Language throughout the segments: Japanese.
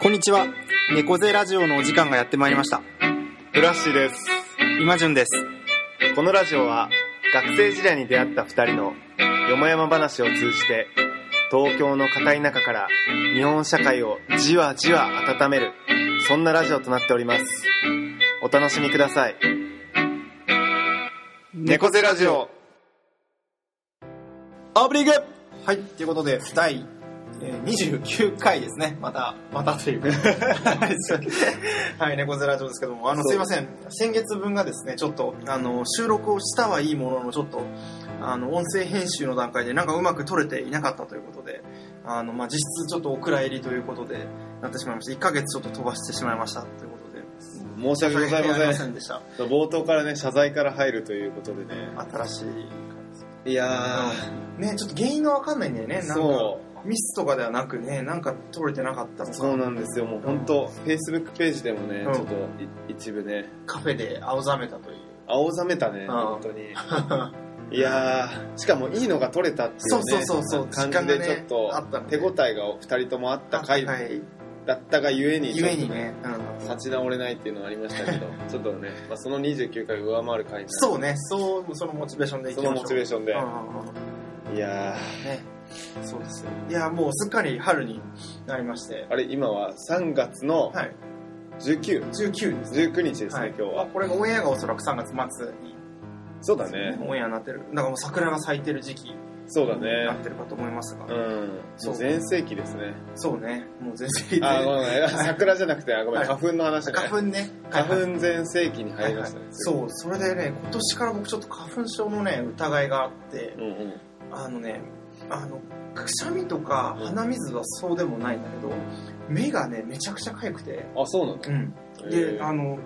こんにちは猫背ラジオのお時間がやってまいりましたフラッシーです。今順ですこのラジオは学生時代に出会った2人のよもやま話を通じて東京の片田舎から日本社会をじわじわ温めるそんなラジオとなっております。お楽しみください。猫背ラジオ。オープニングはいということで第えー29回ですねまたまたというかはい猫背ラジオですけどもあのそうすいません先月分がですねちょっとあの収録をしたはいいもののちょっとあの音声編集の段階でなんかうまく撮れていなかったということであの、まあ、実質ちょっとお蔵入りということでなってしまいました1ヶ月ちょっと飛ばしてしまいましたということで申し訳ございま大変ありませせん。んでした冒頭からね、謝罪から入るということでね。新しいいやねちょっと原因が分かんないんだよねなんー、かそう。ミスとかではなくねなんか取れてなかったとそうかなんですよ、もう本当、フェイスブックページでもね、うんちょっとい一部ね、カフェで青ざめたという青ざめたね、ん本当に。いやー、しかもいいのが取れたっていう、そうね、そうそうそう時間感じがでねちょっと、あったのね手応えが2人ともあった回あはいだったがゆえに、ゆえにちょっね、とうん、立ち直れないっていうのはありましたけど、ちょっとね、まあ、その29回を上回る回になるそうねそうそのモチベーションでいきまそしょのうモチベーションで。うんうんうんいやねそうですよいやもうすっかり春になりましてー、あれ、今は3月のはい19、 19です19日ですね、はい今日は。これがオンエアがおそらく3月末にそうだね、オンエアになってるだからもう桜が咲いてる時期にそうだなっね。てるかと思いますが、うん、そう全盛期ですね。そうねもう全然あ、ごめんごめん、桜じゃなくて、あごめん、はい花粉の話ね。花粉ね花粉全盛期に入りましたね。そうそれでね今年から僕ちょっと花粉症のね疑いがあってうんうん。あのねあのくしゃみとか鼻水はそうでもないんだけど目がねめちゃくちゃ痒くて、あ、そうなのうん、へでーあの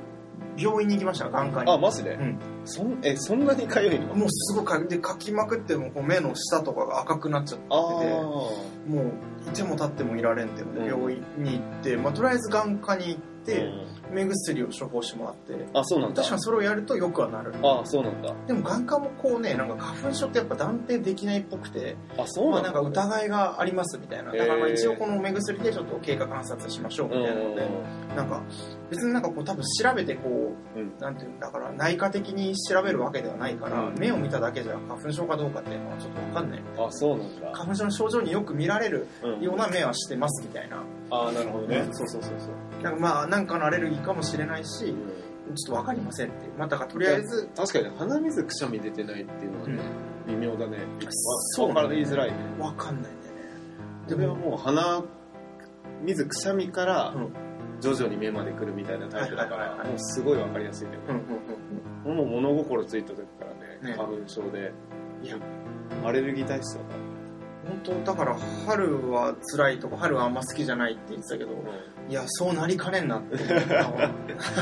病院に行きました眼科にあ、マジでうんそん、え、そんなに痒いのもうすごいかで書きまくってもこう目の下とかが赤くなっちゃっててあもういても立ってもいられんっていうのでうん病院に行って、まあ、とりあえず眼科に行っーうてん目薬を処方してもらってあ、そうなんだ確。かにそれをやるとよくはなるあ、そうなんだ。でも眼科もこうねなんか花粉症ってやっぱ断定できないっぽくて、あ、そうまあ、ななんんかだ。疑いがありますみたいなへーだからまあ一応この目薬でちょっと経過観察しましょうみうんたいなので、なんか別になんかこう多分調べてこう、うんなんていうんだから内科的に調べるわけではないから、うん目を見ただけじゃ花粉症かどうかっていうのはちょっと分かんないあ、そうなんだ。花粉症の症状によく見られるうんような目はしてますみたいな、あ、なるほどね。そうそうそうそうなんかまあなんかのアレルギーかもしれないしちょっと分かりませんっていうまあだからとりあえず、確かにね鼻水くしゃみ出てないっていうのはうんね、微妙だね。そうわから言いづらいね。分かんないんだよねこれはもう鼻水くしゃみからうん徐々に目まで来るみたいなタイプだかはいはいはいはらいもうすごいわかりやすいけど、うんうんうんもう物心ついた時からねね花粉症でいやアレルギー体質だか本当だから春は辛いとか春はあんま好きじゃないって言ってたけどいやそうなりかねんなって思ったわ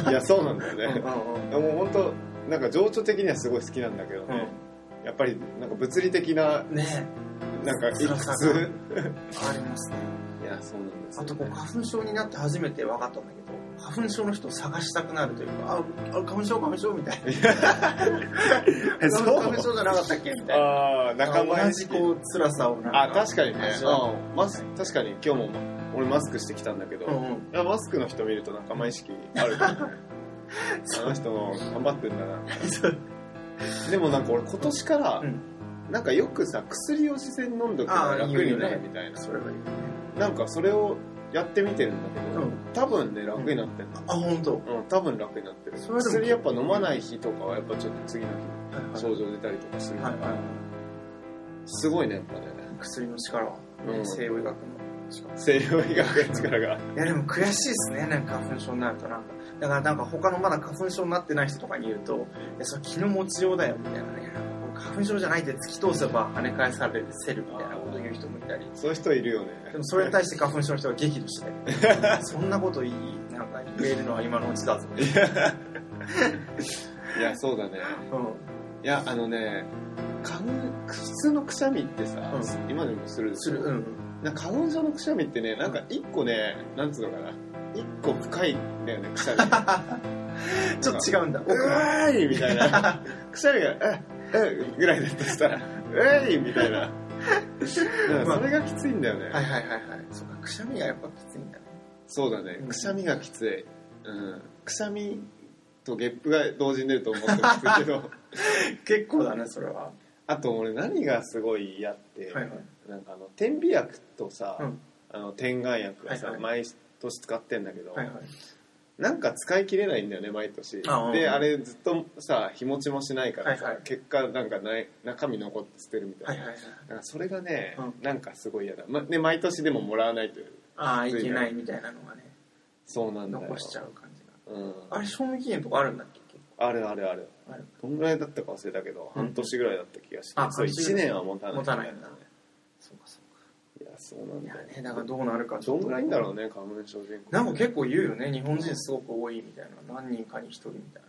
ら、いやそうなんだうよんうんねもう本当なんか情緒的にはすごい好きなんだけどうんね、やっぱりなんか物理的なうんねなんかい辛くさつがありますねいやそうなんですよあとこう花粉症になって初めて分かったんだけど花粉症の人を探したくなるというかああ花粉症花粉症みたいなえそう花粉症じゃなかったっけみたいなああ仲間同意じ識こう辛さをなんかあ確かにね味わううんマス確かに今日も俺マスクしてきたんだけど、うんうんいやマスクの人見ると仲間意識あるから ねあの人も頑張ってんだなそうでもなんか俺今年から、うんなんかよくさ薬を自然に飲んどくのが楽になるみたいな、それはいいよねなんかそれをやってみてるんだけうど、ん多分ね楽になってるのあ本当うん、多分楽になってるそれでも薬やっぱ飲まない日とかはやっぱちょっと次の日症状出たりとかするかはら、いはいすごいねやっぱね薬の力は、うん西洋医学の力西洋医学の力がいやでも悔しいですね、なんか花粉症になるとなんか。だからなんか他のまだ花粉症になってない人とかに言うと、いや、それ気の持ちようだよみたいなね。花粉症じゃないって突き通せば跳ね返されるセルみたいなこと言う人もいたり。そういう人いるよねでもそれに対して花粉症の人は激怒してた り。そんなこといい、なんか言えるのは今のうちだぞ。いやそうだねういやあのね花粉普通のくしゃみってさ、う今でもするでん。しすょる、うん。なんか花粉症のくしゃみってねなんか一個ねなんつうのかな一個深いんだよねく しゃみちょっと違うんだ。う奥が。わーいみたいなくしゃみがええぐらいだとしたらうわーい みたいななんかそれがきついんだよね、はいはいはいはい。そうか、くしゃみがやっぱきついんだね。そうだねうんくしゃみがきつい、うん、くしゃみとゲップが同時に出ると思ってますけど結構だねそれはあと俺何がすごい嫌って、はいはいなんかあの点鼻薬とさ、うんあの点眼薬がさ、はいはい毎年使ってんだけど、はいはいなんか使い切れないんだよね毎年あうんであれずっとさ日持ちもしないからさ、はいはい結果なんかない中身残って捨てるみたいな、はいはいはいなんかそれがね、うんなんかすごい嫌だ、ま、で毎年でももらわないというああいけないみたいなのがねそうなんだよ残しちゃう感じがうん、あれ賞味期限とかあるんだっけあるあるあるあるどんぐらいだったか忘れたけど、うん半年ぐらいだった気がしてあそう半年ぐら1い年は持たない持たないんだそうかそいやそうなんうかいだやよねだからどうなるかちどょっんとぐらいんだろうね花粉症人口なんか結構言うよね日本人すごく多いみたいな何人かに一人みたい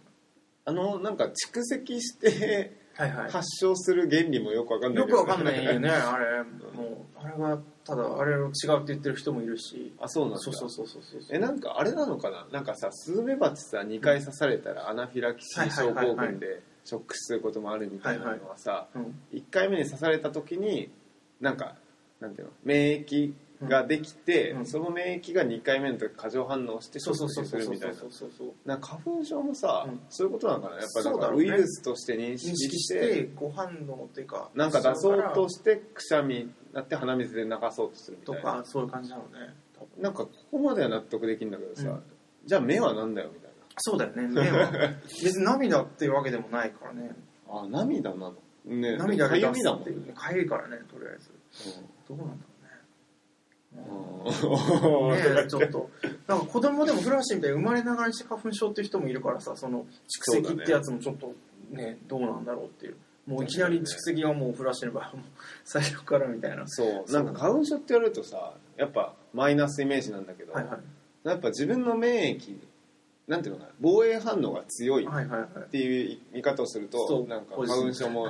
あのなんか蓄積してなはい発症する原理もよくわかんないよけくどわかんないよねあれもうあれがただあれを違うって言ってる人もいるし あそうなんだそうそうそうそうそうえなんかあれなのかななんかさスズメバチさ2回刺されたらアナフィラキシー症候群でショック死することもあるみたいなのはさうん1回目に刺された時になんかなんていうの免疫ができて、うんうんその免疫が2回目の時過剰反応してシそョうそうッそうそうク死するそうみたいなそうそうそうなんか花粉症もさ、うんそういうことなのかなやっぱなんそうだかろうウイねルスとして認認識識ししててご反応というかなんか出そうとししてくしゃみになって鼻水で泣かそうとするみとたいなかそういう感じなのね多分なんかここまでは納得できるんだけどさ、うんじゃあ目はなんだよみたいそうだよね目 は別に涙っていうわけでもないからねなあ涙なのね涙がかゆ出みすだもっんてねいうねかゆいからねとりあえずどうなんだろうねうんうんねえちょっとなんか子供でもフラッシュみたいに生まれながらにして花粉症っていう人もいるからさその蓄積ってやつもちょっとねどうなんだろうっていうもういきなり蓄積がもうフラッシュの場合はもう最初からみたいな そうそなうんか花粉症って言われるとさやっぱマイナスイメージなんだけど、はいはやっぱ自分の免疫なんていうのかな防衛反応が強いいっはいはいはいていう見方をするそとうなんかポジ花ティブ粉症も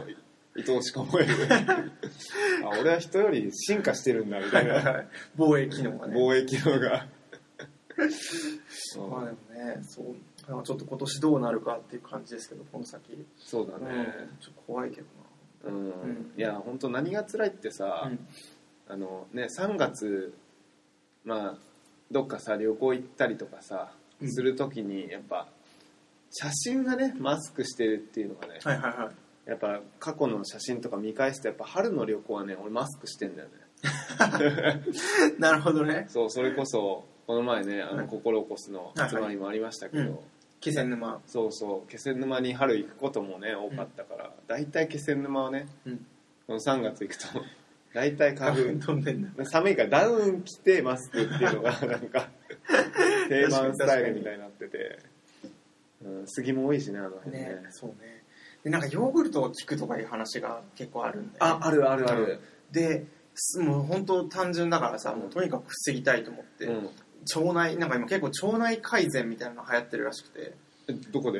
愛おしく思える あ俺は人より進化してるんだみたいはいなはい防衛機能がね防衛機能 がうんまあでもねそうなんかちょっと今年どうなるかっていう感じですけどこの先、そうだねちょっと怖いけどうん、うんいや本当何が辛いってさな、、うんあのね3月まあどっかさ旅行行ったりとかさ、うんする時にやっぱ写真がねマスクしてるっていうのがね、はいはいはいやっぱ過去の写真とか見返すとやっぱ春の旅行はね俺マスクしてんだよねなるほどねそうそれこそこの前ねあはのい心を起こすの集まりもありましたけど、はいはい気仙沼そうそう気仙沼に春行くこともね多かったから、大体気仙沼はねうんこの3月行くと 大体花粉飛んでんだ寒いからダウン着てマスクって いうのがなんか定番スタイルみたいになってて、うん、杉も多いしねあの辺ねね、そうね。で、なんかヨーグルトが効くとかいう話が結構あるんで、ああるあるある、で、すもう本当単純だからさ、もうとにかく防ぎたいと思って、うん腸内、なんか今結構腸内改善みたいなの流行ってるらしくて、えどこ で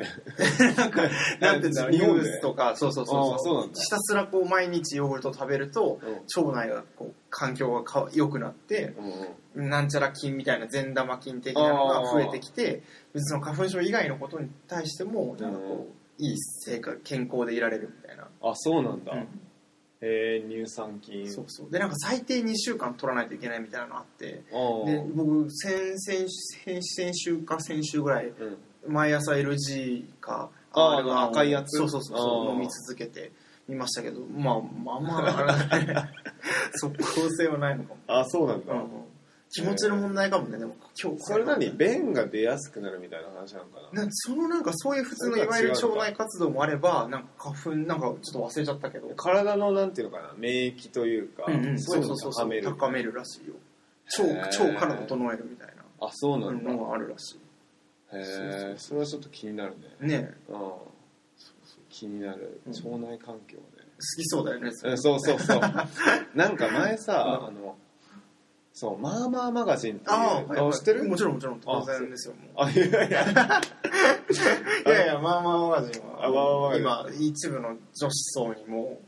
なんか、なんていうんだろう、日ニ本ュでースとか、そうそうそあうーそうなんだひたすらこう毎日ヨーグルトを食べると、腸内がこう、環境がか良くなって、うんうんなんちゃら菌みたいな善玉菌的なのが増えてきて別にその花粉症以外のことに対してもなんかこういい生活健康でいられるみたいな、あそうなんだ、うんへえ乳酸菌そうそうでなんか最低2週間取らないといけないみたいなのあってあで僕先先先先週か先週ぐらいあうん毎朝 LG かあー R1 を赤いやつそうそうそうそあーう飲み続けてみましたけどまあまあまああれだね即効性はないのかも、あそうなんだ、うん気持ちの問題かもねでも今日それ何便が出やすくなるみたいな話なのかななんかそのなんかそういう普通のいわゆる腸内活動もあればなんか花粉なんかちょっと忘れちゃったけど体のなんていうのかな免疫というか、うんうんそそうういうそのうそうを高める高めるらしいよへ腸ー腸から整えるみたいあそうななんだ、のがあるらしへえそれはちょっと気になるねいねえうん気になるうん腸内環境ね、好きそうだよねそれうんそうそ うそうなんか前さ、うんあのそうまあまあマガジンっていうああ、はいはいあ知ってるもちろんもちろん当然ですよもうあいやいや いやいやまあまあマガジンあまあまあマガジン今一部の女子層にも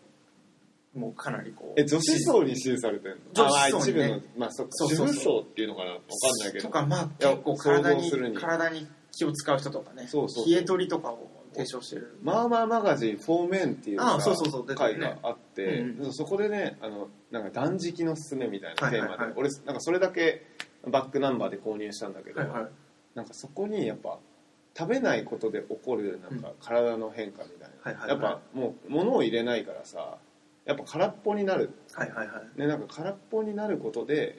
もうかなりこうえ女子層に支持されてるの女子層にねあまあ一部のまあそっかそうそうそう主婦層っていうのかなわかんないけどとかまあいや結構体想像にするに体に気を使う人とかねそうそうそう冷え取りとかを提唱してるまあまあマガジン「フォーメン」っていうさあそうそうそう出て回るねがあって、うんそこでねあのなんか断食のすすめみたいなテーマで、はいはいはい俺なんかそれだけバックナンバーで購入したんだけど、はいはいなんかそこにやっぱ食べないことで起こるなんか体の変化みたいはな、いはいはいやっぱもう物を入れないからさやっぱ空っぽになるはいはいはいね、なんか空っぽになることで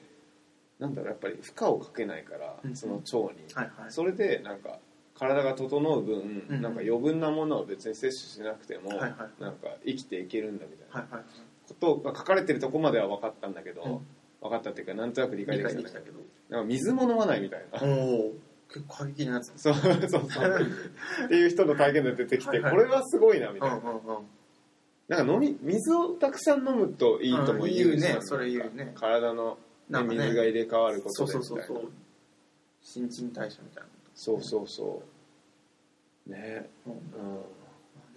なんだろうやっぱり負荷をかけないから、うんその腸に、はいはいそれでなんか体が整う分、うんなんか余分なものを別に摂取しなくても、はいはいなんか生きていけるんだみたいなはいはいことが書かれてるとこまでは分かったんだけど、うん分かったっていうかなんとなく理解理で解きたんでだきけたどけどなんか水も飲まないみたいな、おお結構過激なやつ そうそうそうっていう人の体験で出てきて、はいはいこれはすごいなみうたいんな,、うんうんなんか飲み水をたくさん飲むといいとうも言う,、ん言うねなんかそれ言うね体の、ねなんかね水が入れ替わるこそとうでそみうたいそうなそう新陳代謝みたいそうそうそうねな、うんうんね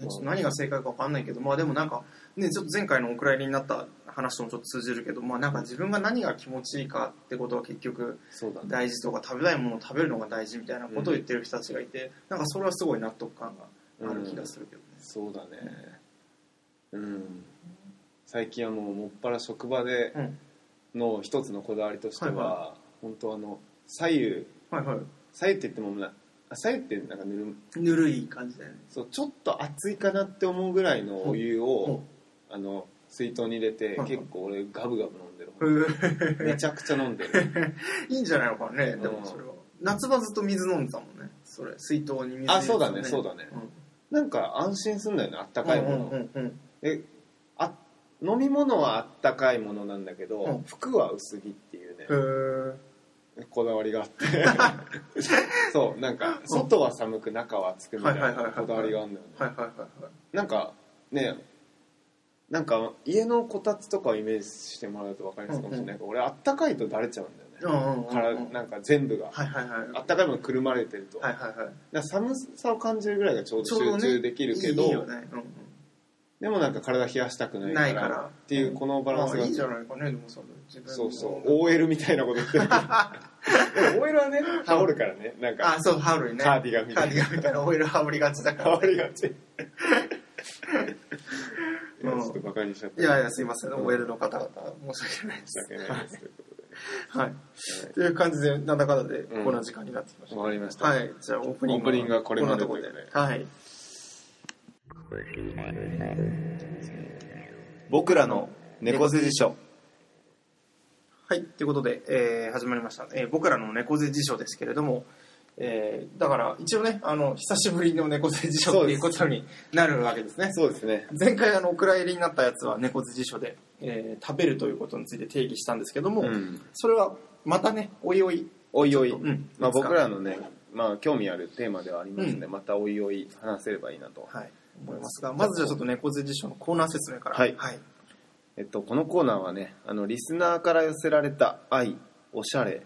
ちょっと何が正解か分かんないけど、まあでもなんか、ね、ちょっと前回のお蔵入りになった話ともちょっと通じるけど、まあなんか自分が何が気持ちいいかってことは結局そうだね大事とか、食べたいものを食べるのが大事みたいなことを言ってる人たちがいて、なんかそれはすごい納得感がある気がするけどね。そうだねうん最近はもうもっぱら職場でうん。の一つのこだわりとしては、はい本当あの左右はいは左右って言ってもなあ左右ってなんかぬるい。ぬるい感じだよね。そうちょっと熱いかなって思うぐらいのお湯をほ、あの水筒に入れて、はいはい結構俺ガブガブ飲んでる、うめちゃくちゃ飲んでるいいんじゃないのかね、でもそれは。夏場ずっと水飲んでたもんね。それ、水筒に水入れてたあそうだねそうだねうんなんか安心すんだよねあったうんかいもの、うんうんえあ飲み物はあったかいものなんだけど、うん服は薄着っていうね、うん。へこだわりがあって そうなんか外は寒く中は暑くみたいはいなはいはいはいこだわりがあるんだよね、ーはいはいはいはい。なんかねなんか家のこたつとかをイメージしてもらうと分かりやすいかもしれないけど、俺あったかいとだれちゃうんだよね、うんうんうんうんからなんか全部が、はいはいはい。あったかいものくるまれてると、はいはいはい。だから寒さを感じるぐらいがちょうど集中できるけどいいよね。うんでもなんか体冷やしたくないかならいからっていうこのバランスまがあいいじゃないかね、でもその自分のそうそう OL みたいなこと言ってる でも OL はね羽織るからねなんかあ、そう、羽織ね。カーディガンみカたいーデなィガンみたいなオイル羽織りがちだか羽 ら。織りがちいやうんちょっとバカにしちゃったいやいや、すいません、うんオイルの方々、申し訳ないで申しす。訳ないですということではい。という感じで、なんだかんだで、うんこんな時間になってきました。終わりましたはい。じゃあ、オープニング。オープニングはこれまでんなところでというこ。はい。僕らの猫背辞書はい、ということで、えー始まりました、えー僕らの猫背辞書ですけれども、えーだから一応ねあの久しぶりの猫背辞書っていうことになるわけですねそうですね前回あのお蔵入りになったやつは猫背辞書で、えー食べるということについて定義したんですけども、うんそれはまたねおいおいおいおい、ちょっとうんまあ、いつか僕らのねまあ興味あるテーマではありますので、うまたおいおい話せればいいなと、はい、思いますがまずじゃあちょっと猫背辞書のコーナー説明からはいはいえっと、このコーナーはねあのリスナーから寄せられた愛おしゃれ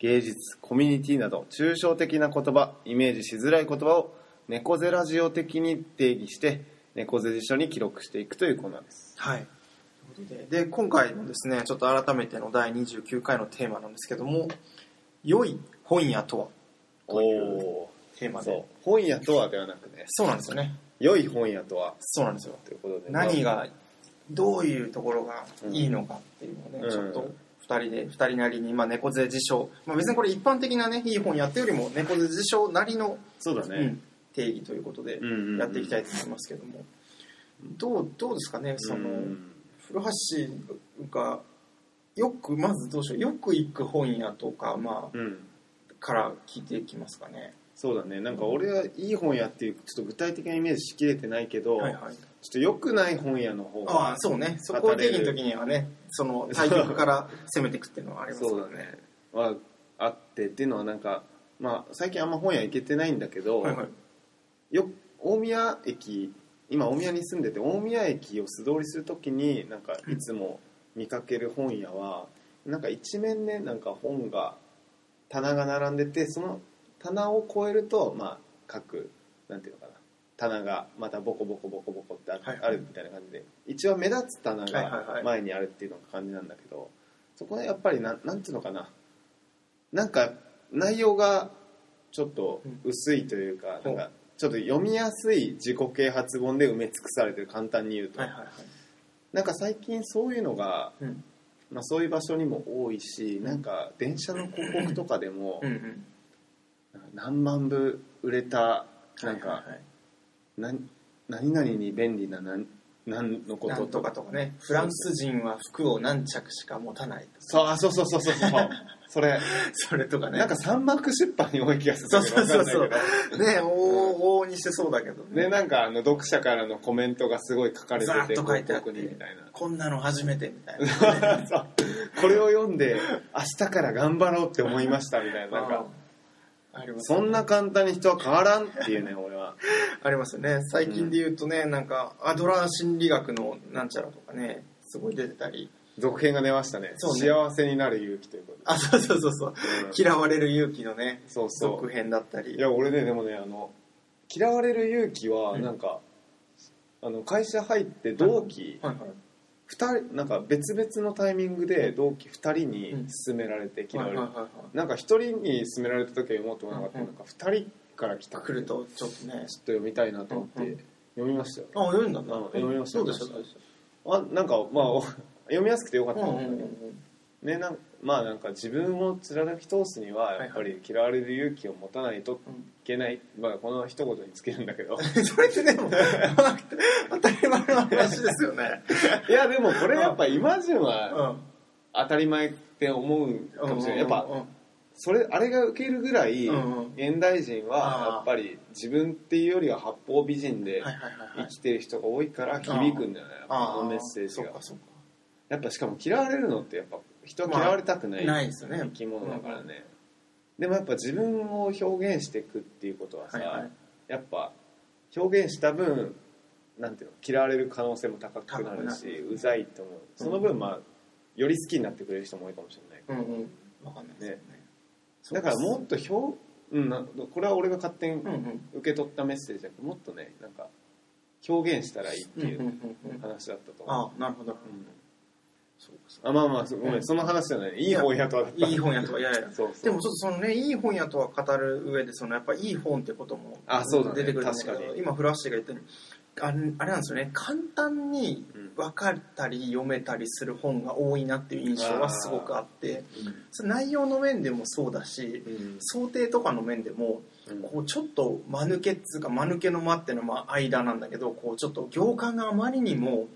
芸術コミュニティなど抽象的な言葉イメージしづらい言葉を猫背ラジオ的に定義して猫背辞書に記録していくというコーナーですはいということでで今回のですねちょっと改めての第29回のテーマなんですけども「良い本屋とは?」というおテーマそでう本屋とはではなくねそうなんですよね良い本屋とはそうなんですよということで何まあがどういうところがいいのかっていうのをね、うんちょっと2人で2人なりに、まあ、猫背辞書、まあ、別にこれ一般的なねいい本やってよりも猫背辞書なりの、そうだうねん定義ということでうんうんうんやっていきたいと思いますけども、どうどうですかねその、うん古橋がよくまずどうしようよく行く本屋とか、まうんあ、から聞いていきますかね。そうだねなんか俺はいい本屋っていうちょっと具体的なイメージしきれてないけど、はいはいちょっと良くない本屋の方ああがそうねそこを定義の時にはねその対局から攻めていくっていうのはありますそうだねはあってっていうのはなんか、まあ、最近あんま本屋行けてないんだけど、はいはいよ大宮駅今大宮に住んでて大宮駅を素通りするときになんかいつも見かける本屋は、なんか一面ねなんか本が棚が並んでてその棚を越えるとまあ各なんていうのかな棚がまたボコボコボコボコってある,、はいあるみたいな感じで一応目立つ棚はいはいはがい前にあるっていうのが感じなんだけど、そこでやっぱりなんなんていうのかななんか内容がちょっと薄いというか,、うんなんかちょっと読みやすい自己啓発本で埋め尽くされてる簡単に言うと、はいはいはいなんか最近そういうのがうんまあ、そういう場所にも多いしなんか電車の広告とかでもうんうん何万部売れたなんはいかはいはい何何々に便利な何何のこなとんととかかとかねフランス人は服を何着しか持たないとかそうあそうそうそうそうそう それそれとかねなんか三幕出版に多い気がするそうそうそうけどそわうかんないね往々にしてそうだけどけどでなんかあの読者からのコメントがすごい書かれてざーってと書いてあって広告にみたいなこんなの初めてみたいなそうこれを読んで明日から頑張ろうって思いましたみたいななんかありますそんな簡単に人は変わらんっていうね俺はありますよね最近で言うとね、なんかアドラー心理学のなんちゃらとかねすごい出てたり続編が出ましたねそうね幸せになる勇気ということであそうそうそうそううん嫌われる勇気のねそうそう続編だったりいや俺ねでもねあの嫌われる勇気はうんなんか、あの会社入って同期はいはい二人なんか別々のタイミングで同期2人にうん勧められて嫌われる、はいはいはいはいなんか1人に勧められた時は思ってもなかった、うんうんなんか2人から来た来るとちょっとねちょっと読みたいなと思って、うんうん読みましたよあ読んだんだうん読みましたどうでしたどうでしあなんかまあお読みやすくてよかったたんだけど、ねなんまあなんか自分を貫き通すにはやっぱり嫌われる勇気を持たないといけない、まあ、この一言につけるんだけど それってでも当たり前の話ですよ ねいやでもこれやっぱ今順うはん当たり前って思うかもしれないやっぱうんうんうんそれあれが受けるぐらいうんうん現代人はやっぱり自分っていうよりは八方美人ではいはいはいは生いきてる人が多いから響くんじゃないあーこのメッセージそっがかそっかやっぱしかも嫌われるのってやっぱ人は嫌われたくない,、まあないですよね生き物だからね、でもやっぱ自分を表現していくっていうことはさ、はいはいやっぱ表現した分なんていうの嫌われる可能性も高くな高るくしなうざいと思うその分まあより好きになってくれる人も多いかもしれない、うんうんわかんないですよねだからもっと表、うん、なこれは俺が勝手にうんうん受け取ったメッセージだけどもっとねなんか表現したらいいってうんういんうんううん話だったと思う、あなるほどうんそうかそうかあまあまあごめうんんその話じゃないいい本やとはだったいい本やとはいやいやそうそうでもちょっとそのねいい本やとは語る上でそのやっぱいい本ってこともあそうだね出てくるんだけど確かに今フラッシュが言ったようにああれなんですよね簡単にうん分かったり読めたりする本が多いなっていう印象はすごくあってそれ内容の面でもそうだしうん想定とかの面でもこうちょっと間抜けっつうか間抜けの間っていうのはまあ間なんだけどこうちょっと行間があまりにも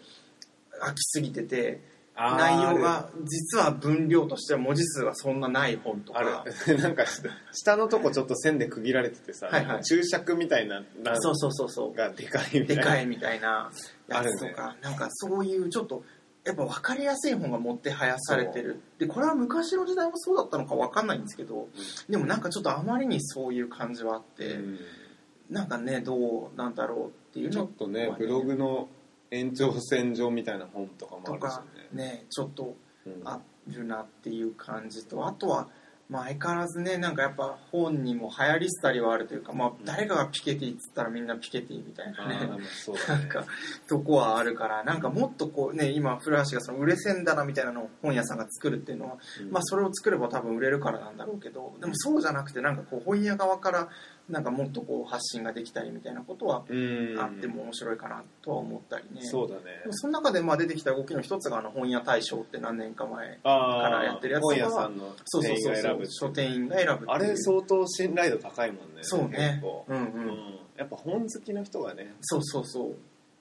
飽きすぎててあー内容が実は分量としては文字数はそんなない本とあかる なんか下のとこちょっと線で区切られててさ、はいはい注釈みたいななんそうそうそうそうがでかいみたいでなかいみたいなやつとあか、なんかそういうちょっとやっぱ分かりやすい本が持ってはやされてるでこれは昔の時代もそうだったのか分かんないんですけどでもなんかちょっとあまりにそういう感じはあって、うんなんかねどうなんだろうっていうちょのっとねブログの延長線上みたいな本とかもとあるしかねちょっとね、うんあるなっていう感じとあとは、まあ、相変わらずねなんかやっぱ本にも流行りすたりはあるというか、まあ、誰かがピケティっつったらみんなピケティみたいあなねーまあそうだなねんかとこはあるからなんかもっとこうね今古橋がその売れ線だなみたいなのを本屋さんが作るっていうのは、うんまあ、それを作れば多分売れるからなんだろうけどでもそうじゃなくてなんかこう本屋側からなんかもっとこう発信ができたりみたいなことはうんあっても面白いかなとは思ったりね、そうだねでもその中でまあ出てきた動きの一つがあの本屋大賞って何年か前あからやってるやつとか本屋さんのそうそ店う員そうがそ選ぶう書店員が選ぶっていうあれ相当信頼度高いもんねそう結ね構うんううんんやっぱ本好きの人がねそうそうそ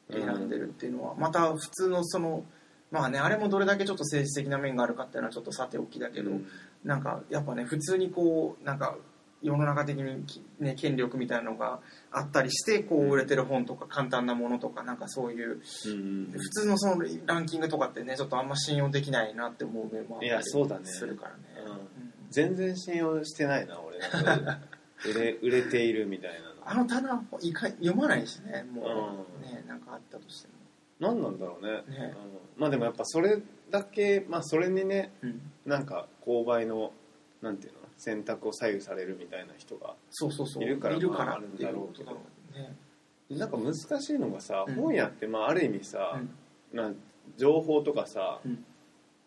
う選んでるっていうのは、また普通のそのまあねあれもどれだけちょっと政治的な面があるかっていうのはちょっとさておきだけど、うんなんかやっぱね普通にこうなんか世の中的にき、ね、権力みたいなのがあったりしてこう売れてる本とか簡単なものとかなんかそういううん普通のそのランキングとかってねちょっとあんま信用できないなって思う面もあったいやそうだりねするからね。うんうん全然信用してないな 俺売れ売れているみたいあの棚いか読まないしねもうんうねなんかあったとしても。な何なんだろうねねうんまあでもやっぱそれだけまあそれにねうんなんか購買のなんていうの選択を左右されるみたいな人がそうそうそういるからいるかまあらあっるんていだうろこうとけだどもんね。なんか難しいのがさ、うん本屋ってまあある意味うさ、んなん情報とかさ、うん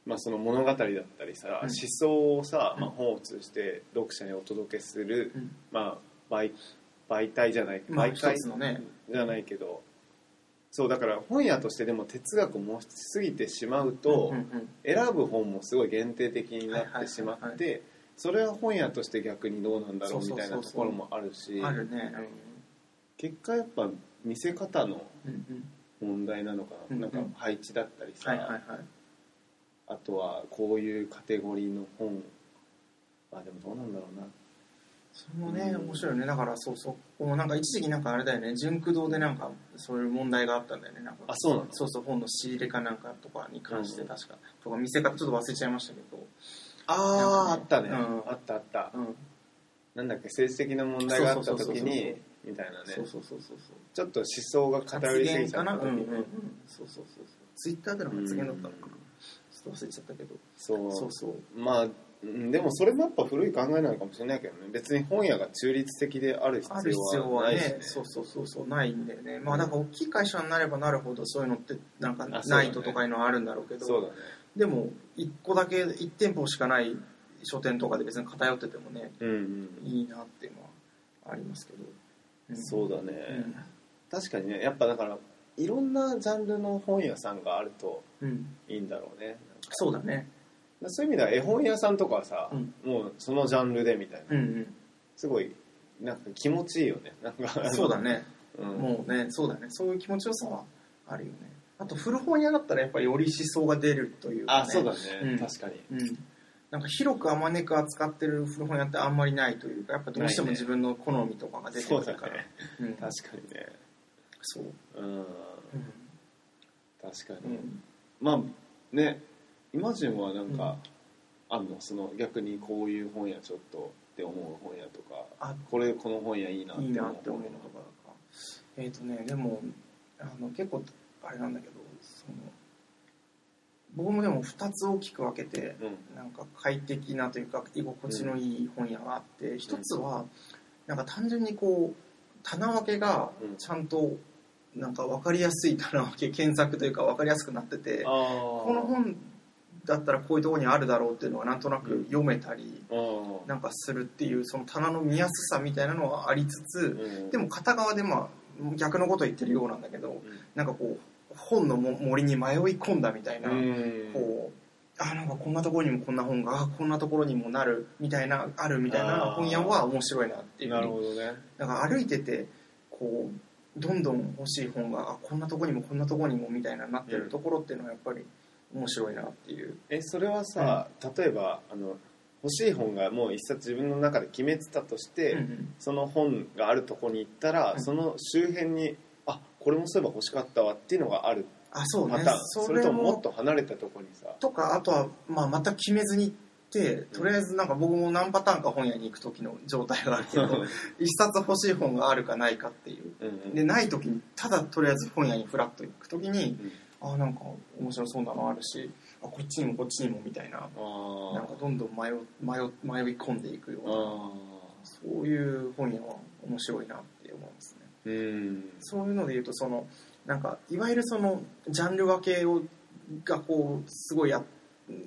まあ、その物語だったりさ、うん思想をさ、うんまあ、本を通じて読者にお届けする、うんまあ、媒媒体じゃないまあ媒介一つのねじゃないけど、そうだから本屋としてでも哲学を持ちすぎてしまうと、うんうん選ぶ本もすごい限定的になってしまはいっはいてそれは本屋として逆にどうなんだろうそうそうみたそうそういなところもあるしあるね、結果やっぱ見せ方のうんうん、問題なのかうんななんか配置だったりはいはいはさいあとはこういうカテゴリーの本あでもどうなんだろうなそれもね面白いよねだからそうそうここもなんか一時期なんかあれだよね純駆堂でなんかそういう問題があったんだよねなんかあそうなんですそうそう本の仕入れかなんかとかに関して確か、とか見せ方ちょっと忘れちゃいましたけど、あーあったねうんあったあったうん、なんだっけ政治的な問題があったそうそうそう時そうにみたいなそねうそうそうそうそうちょっと思想が偏りすぎちゃった発時言かなうんうんうにんそうそうそうそうツイッターでの発言だったのかな、ちょっと忘れちゃったけどそそううそうまあうんでもそれもやっぱ古い考えなのかもしれないけどね別に本屋が中立的であるある必必要要ははないねしねそうそうそうそうないんだよねまあだから大きい会社になればなるほどそういうのってなんかあそうだなねいととかいうのはあるんだろうけどそうだねでも一個だけ一店舗しかない書店とかで別に偏っててもねうんうんいいなっていうのはありますけど、うんそうだね、うん確かにねやっぱだからいろんなジャンルの本屋さんがあるとうん、いいんだろうねそうだねそういう意味では絵本屋さんとかはさ、うんもうそのジャンルでみたいな、うんうんすごいなんか気持ちいいよねなんかそうだ、ねうん、もうねそうだねそういう気持ちよさはあるよねあと古本屋だったらやっぱりより思想が出るというか、ね、あそうだね、うん確かにうん、なんか広くあまねく扱ってる古本屋ってあんまりないというかやっぱどうしてもないね自分の好みとかが出てくそるうだからねうん確かにねそううんうん確かうに、んまあねイマジンはなんか、あんのその逆にこういう本屋ちょっとって思う本屋とかあこれこの本屋いいなっていい思うなって思うのとかえっ、とねでもあの結構あれなんだけどその僕もでも2つ大きく分けてうんなんか快適なというか居心地のいい本屋があって一、つはなんか単純にこう棚分けがうんちゃんとなんか分かりやすい棚分け検索というか分かりやすくなっててあーこの本だったらこういうところにあるだろうっていうのはなんとなく読めたりうんなんかするっていうその棚の見やすさみたいなのはありつつうんでも片側でまあ逆のこと言ってるようなんだけどなんかこう本のも森に迷い込んだみたいな。うんこうあなんかこんなところにもこんな本があこんなところにもなるみたいなあるみたいなあー本屋は面白いなっていうなるほどねだから歩いててこうどんどん欲しい本があこんなところにもこんなところにもみたいななってうんるところっていうのはやっぱり面白いなっていうえそれはさ、例えばあの欲しい本がもう一冊自分の中で決めてたとして、うんうんその本があるとこに行ったら、うんその周辺にあこれもそういえば欲しかったわっていうのがあるあそうパねターン、そそれれともももっと離れたとこにさとかあとは、まあ、全く決めずに行ってとりあえずなんか僕も何パターンか本屋に行く時の状態があるけ ど一冊欲しい本があるかないかっていううんうんでない時にただとりあえず本屋にフラッと行く時にうんあなんか面白そうなのあるしあこっちにもこっちにもみたいなあーなんかどんどん迷迷迷い込んでいくようなあそういう本屋は面白いなって思いますねーうんそういうので言うとそのなんかいわゆるそのジャンル分けをがこうすごいや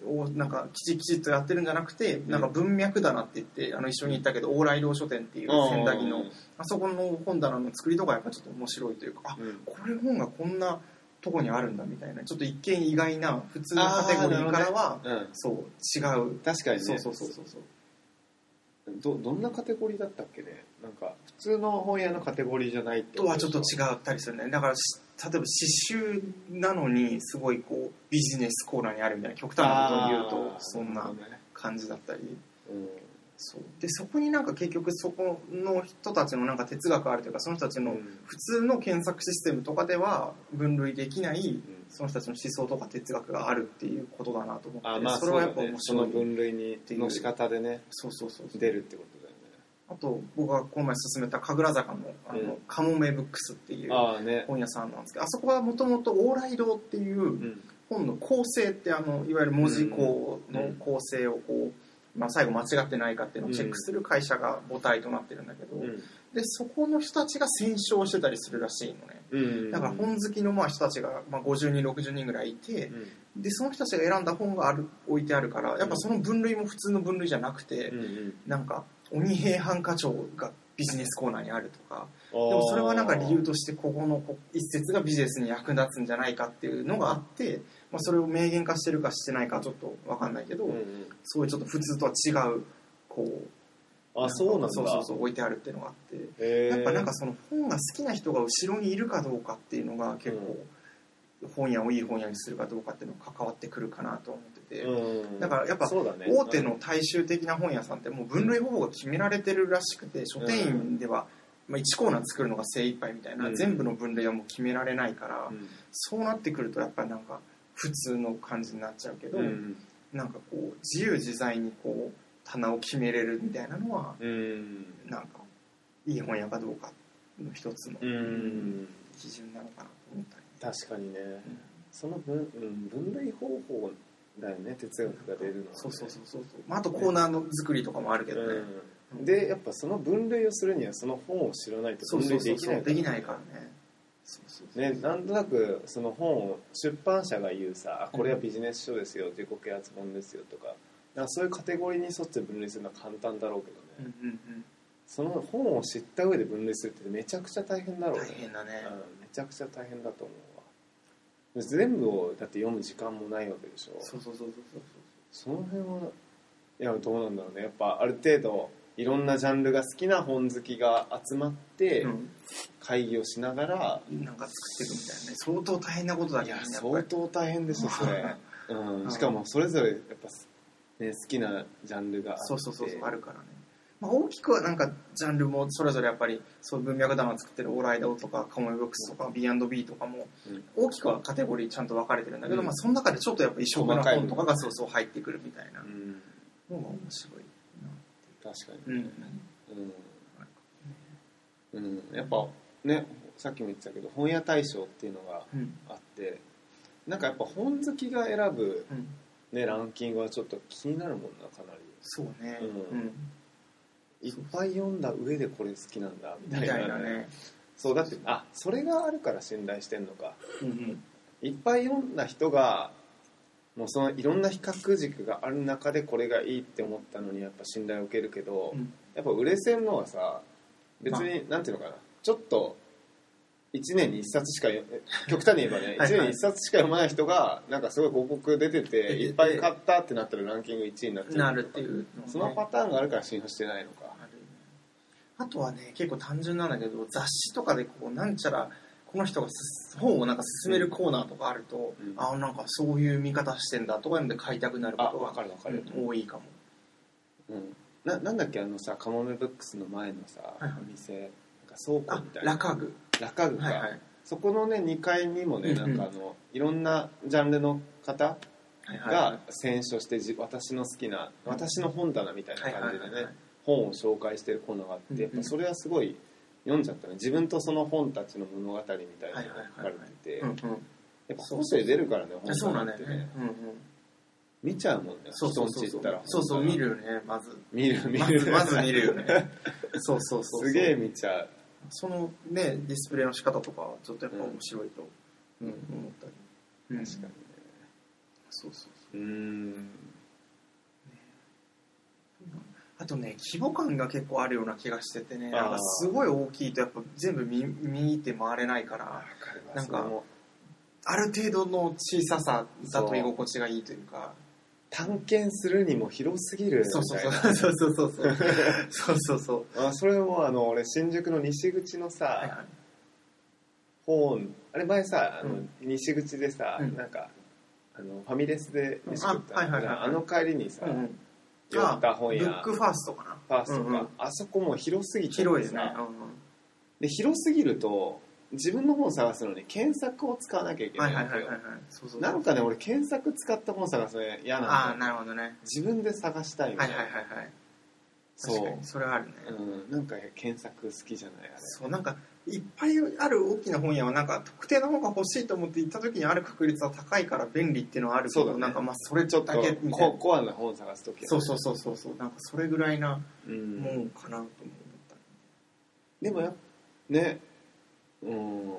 をなんかきちきちっとやってるんじゃなくて、んなんか文脈棚って言ってあの一緒に行ったけど往来堂書店っていう仙台のあそこの本棚の作りとかやっぱちょっと面白いというかあうんこれ本がこんなとこにあるんだみたいなちょっと一見意外な普通のカテゴリーからは、うんそう違う、確かにねそうそうそうそうそうどどんなカテゴリーだったっけねなんか普通の本屋のカテゴリーじゃないってとことはでしちょっと違ったりするねだからし例えば刺繍なのにすごいこうビジネスコーナーにあるみたいな極端なことを言うあとーそんるなほどね感じだったりうんそうでそこになんか結局そこの人たちのなんか哲学あるというかその人たちうのん普通の検索システムとかでは分類できないその人たちの思想とか哲学があるっていうことだなと思って、あまあそそれれはやはやっっぱぱ面そ白のい分類にていうの仕方でねそうそうそうそう出るってことだよねあと僕がこの前勧めた神楽坂のあの、うんカモメブックスっていうああね本屋さんなんですけどあそこはもともと往来堂っていううん本の構成ってあのいわゆる文字構うのん構成をこう、まあ、最後間違ってないかっていうのをチェックする会社が母体となってるんだけど、うんでそこの人たちが選書をしてたりするらしいのねうんだから本好きのまあ人たちが、まあ、50人60人ぐらいいて、うんでその人たちが選んだ本がある置いてあるからやっぱその分類も普通の分類じゃなくて、うんうんなんか鬼平犯科帳がビジネスコーナーにあるとかででもそれはなんか理由としてここのこ一節がビジネスに役立つんじゃないかっていうのがあって、まあ、それを明言化してるかしてないかちょっと分かんないけど、うんうんそういうちょっと普通とは違うこうあそうなんだそうそうそう置いてあるっていうのがあって。へーやっぱなんかその本が好きな人が後ろにいるかどうかっていうのが結構本屋をいい本屋にするかどうかっていうのが関わってくるかなと思ってて、うんだからやっぱそうだね大手の大衆的な本屋さんってもう分類方法が決められてるらしくて書店員では、まあ、1コーナー作るのが精一杯みたいな、うん全部の分類はもう決められないから、うんそうなってくるとやっぱりなんか普通の感じになっちゃうけど、うんなんかこう自由自在にこう棚を決めれるみたいなのはうんなんかいい本屋かどうかの一つの。うん基準なのかなと思ったり、確かにねその分うん分類方法だよね哲学が出るのはねそうそうそうそうそう、まあ、あとコーナーの作りとかもあるけどね、うんでやっぱその分類をするにはその本を知らないとそう分そう類そでうきそなういできないからねそうそうそうね、なんとなくその本を出版社が言うさあこれはビジネス書ですよ自己啓発本ですよとかなんかそういうカテゴリーに沿って分類するのは簡単だろうけどね、うんうんその本を知った上で分類するってめちゃくちゃ大変だうろんうね大変だねうん、めちゃくちゃ大変だと思うわ全部をだって読む時間もないわけでしょそうそうそうそうそうその辺はいやどうなんだろうねやっぱある程度いろんなジャンルが好きな本好きが集まってそう、会議をしながら、うん、なんか作っていくみたいなね相当大変なことだいけどやねやっぱ相り当大変ですよ それ、うん、しかもそれぞれやっぱ、ね、好きなジャンルがあってそうそうそうそうあるからねまあ、大きくはなんかジャンルもそれぞれやっぱりそういう文脈談を作ってるオーライドとかカモイブックスとか B&B とかもうん大きくはカテゴリーちゃんと分かれてるんだけど、うんまあその中でちょっとやっぱ異色な本とかがそうそう入ってくるみたいなうん、のが面白いな確かうに、ん、うんうんやっぱねさっきも言ってたけど本屋大賞っていうのがうん、あってなんかやっぱ本好きが選ぶ、うん、ね、ランキングはちょっと気になるもんなかなそうね、ううんん、りいっぱい読んだ上でこれ好きなんだみみたたいな,、いなね、そうだってあそれがあるから信頼してんのかうんうん、いっぱい読んだ人がもうそのいろんな比較軸がある中でこれがいいって思ったのにやっぱ信頼を受けるけど、うんやっぱ売れ線のはさ別になんていうのかなちょっと1年に1冊しか読極端に言えばねはいはい1年に1冊しか読まない人がなんかすごい広告出てててていっぱい買ったってなったらランキング1位になっちゃうとかなるっていうの、ね、そのパターンがあるから信用してないのかあるあとはね結構単純なんだけど雑誌とかでこうなんちゃらこの人がす本をなんか勧めるコーナーとかあると、うんあなんかそういう見方してんだとかで買いたくなるこあと分がかる分かる、うん多いかもうん、ななんだっけあのさカモメブックスの前のさ、いはいお店なんか倉庫あみたいなラカグラカグか、はいはいそこのね2階にもねうんなうんんかあの、いろんなジャンルの方はいはいが選書してじ私の好きな私の本棚みたいな感じではいはいはいはねい本を紹介してるコーナーがあっうんうてんやっぱそれはすごい読んじゃったね自分とその本たちの物語みたいなのが書かれててうんうやんっぱ個性出るからねいやそう本なん棚だっよねてね、うんうん、見ちゃうもんねそうそうそう人そうんち行ったらそうそう本棚見るよねまず見る見まるずまず見るよ ねそうそうそうそうすげえ見ちゃうそのねディスプレイの仕方とかはちょっとやっぱ面白いと、うんうん思ったり、うん確かにねそうそうそううーんあとね規模感が結構あるような気がしててねあーなんかすごい大きいとやっぱ全部見見て回れないからなんかそれもある程度の小ささだと居心地がいいというか探検するにも広すぎるみたいそなうそうそうそうそう そうそうそうそうそうあそれもあの俺新宿の西口のさ、はいはい本あれ前さあの、うん西口でさ、うんなんかあのファミレスで飯食ったあはいはいはいあの帰りにさ、うんうん寄った本屋ブックファーストかなファーストか、うんうんあそこも広すぎて広いですね、さうで広すぎると自分の本を探すのに検索を使わなきゃいけん、はないいはわいけよ、はいはいはいそうそうなんかね俺検索使った本探すの嫌あなあんだよなるほどね自分で探したいみはいたいな、はいはいはいそう確かにそれはあるね、うん、なんか検索好きじゃないあれそうなんかいっぱいある大きな本屋はなんか特定の本が欲しいと思って行った時にある確率は高いから便利っていうのはあるけそうだど、ねなんかまあそれちょっだとけみたいコなコアな本探すときそうそうそうそうそうなんかそれぐらいなう、うん、もんかなと思った、でもやっねうん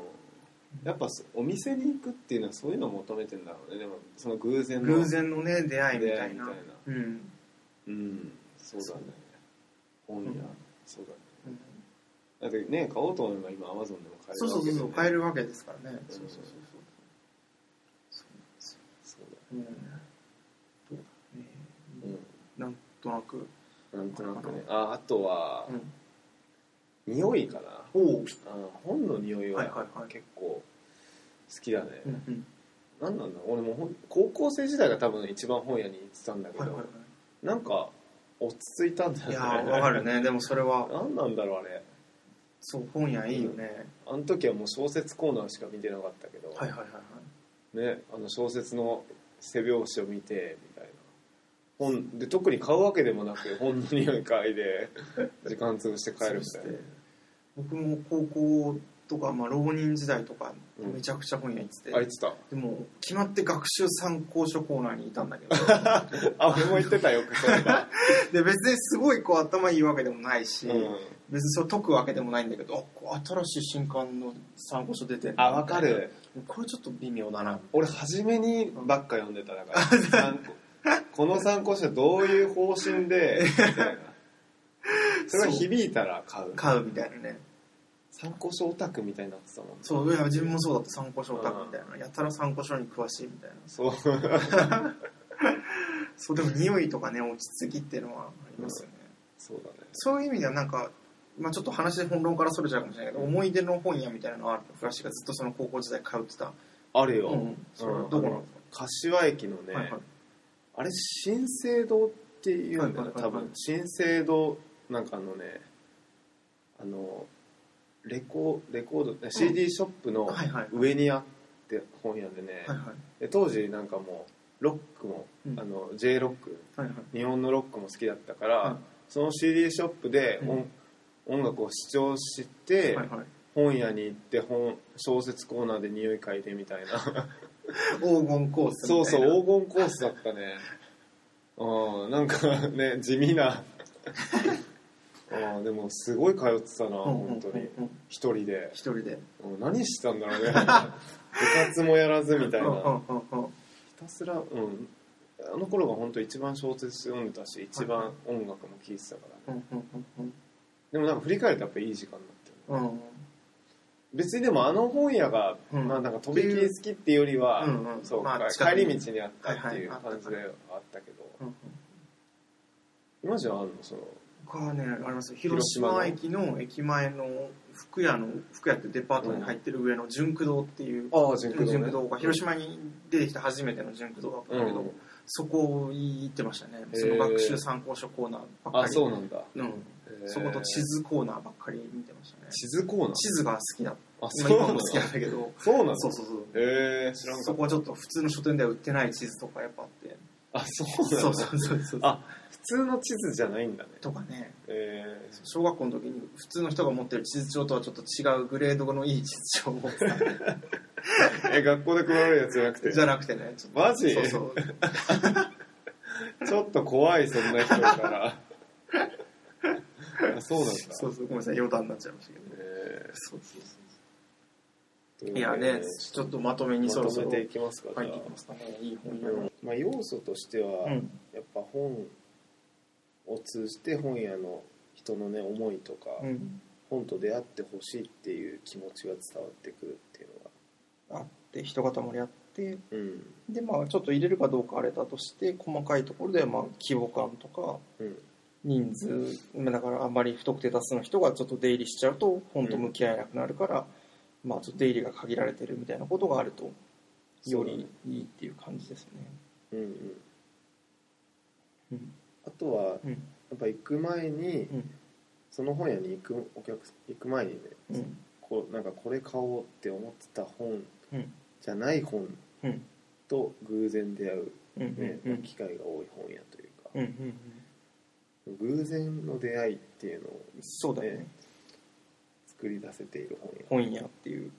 やっぱそお店に行くっていうのはそういうのを求めてんだろうねでもその偶然の偶然のね出会いみ出た会いいみなたいなうん、うんそうだね本屋うんそうだねうんだってね、買おうと思えば今、アマゾンでも買えるわけで、ね。そうそうそうそう買える。るわけですからね、そうそうそうそううんねだ。うん。なんとなく、なんとなくね。あ、あとは、うん、匂いかな。おお、あ本の匂いははいはいはい結構好きだね。うんうん、なんなんだ俺もほん高校生時代が多分一番本屋に行ってたんだけど、はい はいはなんか落ち着いたんだいよいねやーわかるねでもそれはなんなんだろうあれそう本屋いいよね、あの時はもう小説コーナーしか見てなかったけど、はいはいはいはいね、あの小説の背表紙を見てみたいな本で特に買うわけでもなく本の匂い嗅 いで時間潰して帰るみたいなそして僕も高校とか、まあ、浪人時代とかうんめちゃくちゃ本屋行ってて、あいつだでも決まって学習参考書コーナーにいたんだけ どあ俺も言ってたよくそういえばで別にすごいこう頭いいわけでもないし、うん別にそれ解くわけでもないんだけどあこう新しい新刊の参考書出てんあなわかるこれちょっと微妙だな俺初めにばっか読んでただから参考この参考書どういう方針でみ たいなそれが響いたら買う買うみたいなね参考書オタクみたいになってたもんそういや自分もそうだった参考書オタクみたいなやたら参考書に詳しいみたいなそう そうでも匂いとかね落ち着きっていうのはありますよね、そうだねそういう意味ではなんか、まあ、ちょっと話で本論からそれちゃうかもしれないけど、思い出の本屋みたいなのはある私がずっとその高校時代通ってた、あるよ、うん、それはどこなんですか、柏駅のね、はいはいあれ新生堂っていうんだよはいはいはね、いはい多分新生堂なんかあのねあのレコレコード CD ショップのはいはい上にあって本屋でね、はいはいで当時なんかもうロックも、うんあの J ロックはいはい日本のロックも好きだったから、はいその CD ショップで音,、うん音楽を視聴して、はいはい本屋に行って本小説コーナーで匂い嗅いでみたいな黄金コースみたいそなうそう黄金コースだったねうんなんかね地味なうんでもすごい通ってたなうんうんうんうん本当に一人で一人でうん何してたんだろうね部活もやらずみたいうんうんなうんうんひたすらうんあの頃が本当一番小説読んでたし一番音楽も聴いてたからねうんうんうんでもなんか振り返るとやっぱいい時間になってるうんうん別にでもあの本屋が、うんまあなんか飛び切り好きっていうよりは、うんうんそう、まあか近くに帰り道にあったっていうはいはい感じではあったけど、うんうん今じゃあんのその僕はねありますよ広広島の島駅の駅前の福屋の福屋ってデパートに入ってる上の純駆堂っていうああ純純駆堂堂が広島に出てきた初めての純駆堂だったんだけど、うんそこに行ってましたねへーその学習参考書コーナーばっかりあそうなんだ、うんへーそこと地図コーナーばっかり見てましたね地図コーナー地図が好きだあ今そう今なもんだ好きなんだけどそうなんだそうそうそうへえ知らんかそっこはちょっと普通の書店では売ってない地図とかやっぱあってたあそうなんだそうそうそうそうあ普通の地図じゃないんだねとかねええ小学校の時に普通の人が持ってる地図帳とはちょっと違うグレードのいい地図帳を持ってたえ学校で配られるやつじゃなくてじゃなくて ねちょっとマジそうそうちょっと怖いそんな人いた らあそうなんだそうそうごめんなさい余談になっちゃいましたけどえそうそうそーういやねちょっとまとめにそろそまろとめていきますか、入っじゃてあきますかねいい本屋うんまあ、要素としては、うんやっぱ本を通じて本屋の人のね思いとか、うん本と出会ってほしいっていう気持ちが伝わってくるっていうのが、あって一塊あってうんでまあちょっと入れるかどうかあれだとして細かいところでまあ規模感とかうん、人数まあだからあんまり不特定多数の人がちょっと出入りしちゃうと本と向き合えなくなるから、まあちょっと出入りが限られてるみたいなことがあるとよりいいっていう感じですね。うんうんうんあとはやうんっぱ行く前に、うんその本屋に行くお客行く前にね、うんこうなんかこれ買おうって思ってた本うんじゃない本うんと偶然出会う、うんうんねうんまあ機会が多い本屋というか、うんうん偶然の出会いっていうのをそうだよね作り出せている本屋本屋っていう。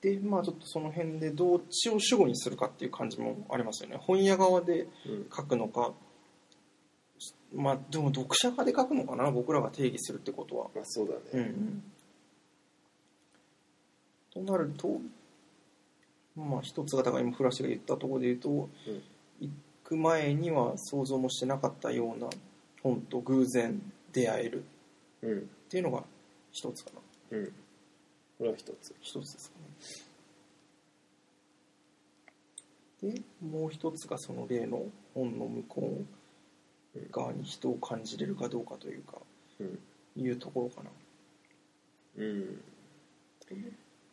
でまあちょっとその辺でどっちを主語にするかっていう感じもありますよね。本屋側でうん書くのかまあでも読者側で書くのかな僕らが定義するってことはまあそうだうね、んとなるとまあ一つがだから今フラッシュが言ったところで言うと、ん行く前には想像もしてなかったような本と偶然出会えるっうんていうのが一つかなうん。これは一つ。一つですかねでもう一つがその例の本の向こう側に人を感じれるかどうかというかうん。いうところかなうん。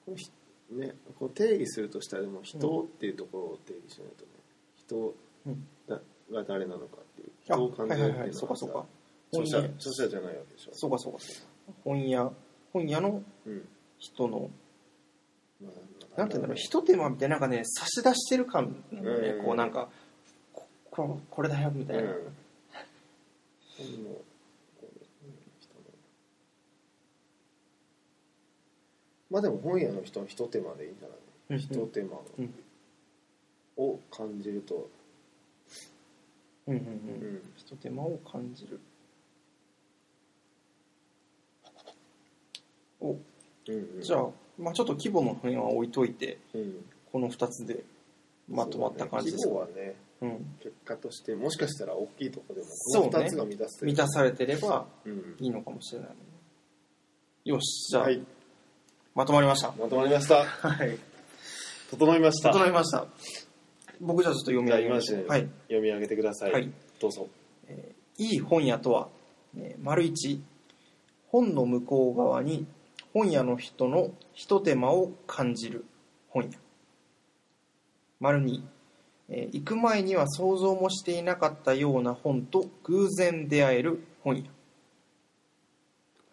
このひね、こう定義するとしたらでも人っていうところを定義しないとね、人うんだが誰なのかっていうあ人を感じるっていうのはいはいはいそうかそうか著者本屋著者じゃないわけでしょそうかそうかそうか本屋本屋のうん人のまあなんていうんだろう一手間みたいななんかね差し出してる感なんだよね、うんこうなんかこここれだよみたいな、うん本のこうねうん人のまあでも本屋の人は一手間でいいんじゃないうん一手間うんを感じると、うんうんううんん、一手間を感じるおうんうんじゃあ,、まあちょっと規模の辺は置いといてうん、この2つでまとまった感じですそかうだね規模はねうん、結果としてもしかしたら大きいとこでもそうねこの2つが満たせてる満たされてればうんいいのかもしれないねよしじゃあ、はいまとまりましたまとまりましたはい整いました整いました僕じゃあちょっと読みじゃあ上げま今のしょうではい読み上げてください、はいどうぞえーいい本屋とは、えー丸一本の向こう側に本屋の人のひと手間を感じる本屋丸二、えー行く前には想像もしていなかったような本と偶然出会える本屋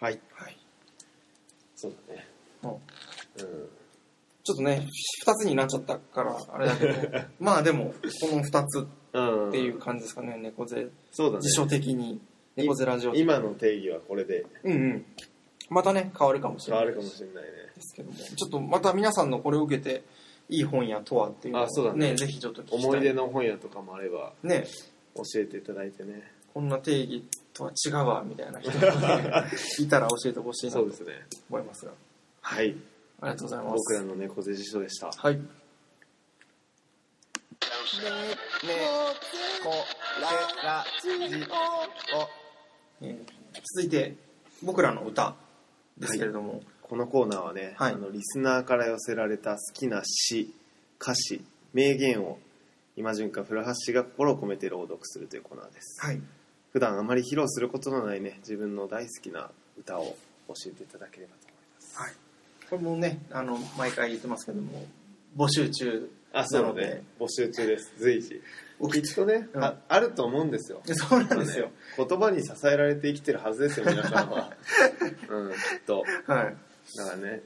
はいはいそうだねうんちょっとね2つになっちゃったからあれだけ どまあでもこの2つうん、っていう感じですかね猫背そうだね辞書的に猫背ラジオ的に今の定義はこれでうんうんまたね変わるかもしれ変なわいるかもしれないねですけどもちょっとまた皆さんのこれを受けていい本やとはっていうのをあそうだねぜひちょっと聞きたい思い出の本屋とかもあればね教えていただいてねこんな定義とは違うわみたいな人がいたら教えてほしいなそうとですね思いますがはあいりがとうございます僕らの猫背辞書でしたはいねこれらじえー続いて僕らの歌ですけれども、このコーナーはね、はいあのリスナーから寄せられた好きな詩歌詞名言を今潤か古橋が心を込めて朗読するというコーナーですはい普段あまり披露することのないね自分の大好きな歌を教えていただければと思いますはい、これもねあの毎回言ってますけども募集中あそうなので募集中です随時送きっっとね、うんああると思うんですよてそうなんですよ、言葉に支えられて生きてるはずですよ皆さん はうんきっとはいだからね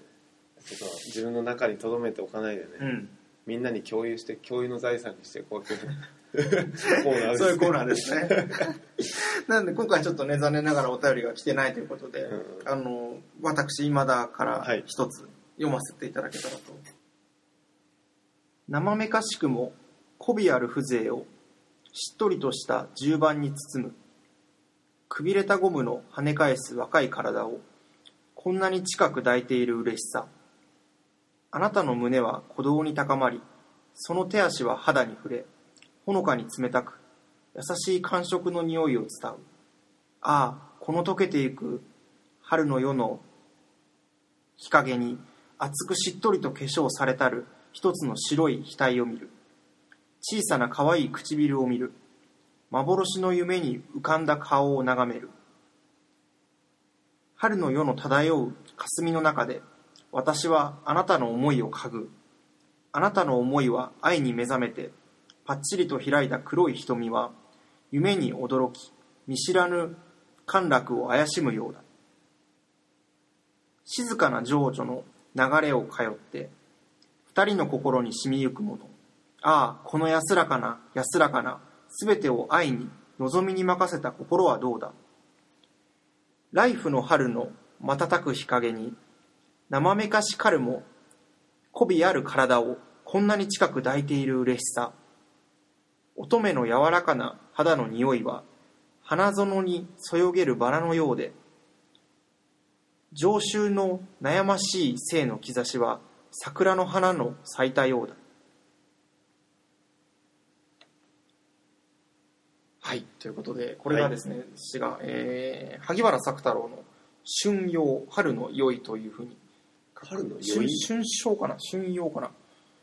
ちょっと自分の中に留めておかないでね、うんみんなに共有して共有の財産にしてこういう コーナーですそういうコーナーですね。 なんで今回ちょっとね残念ながらお便りが来てないということで、うんあの私今田からはい一つ読ませていただけたらと。生めかしくも媚びある風情をしっとりとした重版に包むくびれたゴムの跳ね返す若い体をこんなに近く抱いている嬉しさあなたの胸は鼓動に高まりその手足は肌に触れほのかに冷たく優しい感触の匂いを伝うああこの溶けていく春の夜の日陰に厚くしっとりと化粧されたる一つの白い額を見る小さな可愛い唇を見る幻の夢に浮かんだ顔を眺める春の夜の漂う霞の中で私はあなたの思いを嗅ぐあなたの思いは愛に目覚めてパッチリと開いた黒い瞳は夢に驚き見知らぬ陥落を怪しむようだ静かな情緒の流れを通って二人の心に染みゆくものああこの安らかな安らかな全てを愛に望みに任せた心はどうだライフの春の瞬く日陰に生めかしかるも媚びある体をこんなに近く抱いている嬉しさ乙女の柔らかな肌の匂いは花園にそよげるバラのようで上州の悩ましい生の兆しは桜の花の咲いたようだはいということでこれがですね、詩が、えー萩原作太郎の春陽春の良いというふうに春の酔春い春章かな春陽かなあ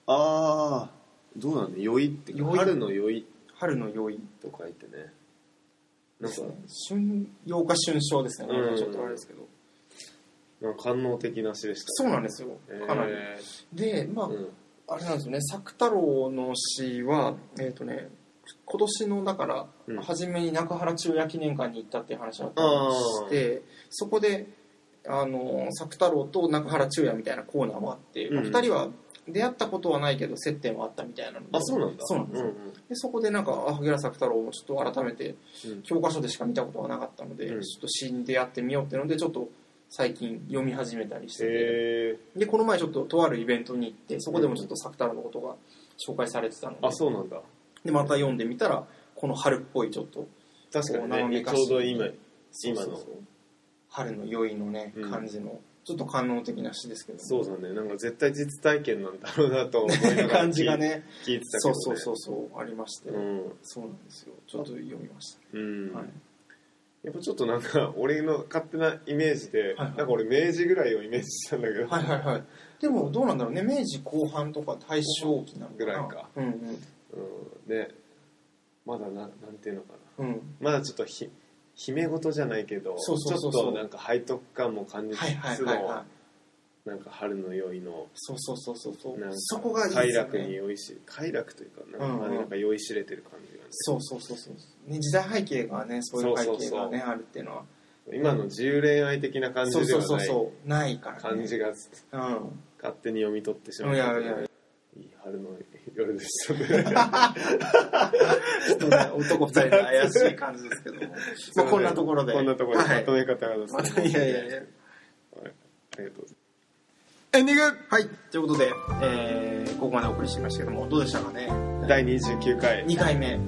あどうなんだ酔いって酔い春の酔い春の良いと書いてねでなんかすね春陽か春章ですねうんなんかちょっとあれですけどなんか官能的な詩でしたそうなんですよかなり、えでまあ、ーうんあれなんですよね作太郎の詩はえっ、とね今年のだから、うん初めに中原中也記念館に行ったっていう話だったありーしてそこであの作太郎と中原中也みたいなコーナーもあって、まあうん二人は出会ったことはないけど接点はあったみたいなのであそうなんだそうなんですよ、んでそこでなんかあ萩原作太郎もちょっと改めてうん教科書でしか見たことがなかったので、うんちょっと詩に出会ってみようってのでちょっと最近読み始めたりしてて。へえでこの前ちょっととあるイベントに行ってそこでもちょっと作太郎のことが紹介されてたのであそうなんだでまた読んでみたらこの春っぽいちょっと確かこうに生めねかちしいょうど今今そうのそうそう春の余韻のねうん感じの、ちょっと官能的な詩ですけど、ね、そうだねなんか絶対実体験なんだろうなと思いながら聞い感じが ね聞いてたけどそねうそうそうそうありまして、うんそうなんですよちょっと読みました、うんはい、やっぱちょっとなんか 俺の勝手なイメージで、はいはいなんか俺明治ぐらいをイメージしたんだけど、はいはいはいでもどうなんだろうね明治後半とか大正期なのかなぐらいかうんうんうん、ねまだななんていうのかなうんまだちょっとひ姫事じゃないけどそうそうそうそうちょっとなんか背徳感も感じつはいはいつの、はいはいなんか春の酔いのそうそうそうそうそうなんかそこがいいです快よね楽に酔いし快楽というかなんか,、うんうんなんか酔いしれてる感じがねそうそうそうそう、ね、時代背景がねそういう背景がねそうそうそうあるっていうのは今の自由恋愛的な感そうじでそはうそうないそうないから、ね、感じがう勝手に読み取ってしまっんいたやけいどやいい春の夜 でしたねちょっとね男二人で怪しい感じですけど もまあこんなところでこんなところではまいとめ方がまたいやいやいやはいありがとうございますエンディングはいということで、えーここまでお送りしてきましたけどもどうでしたかね第29回2回目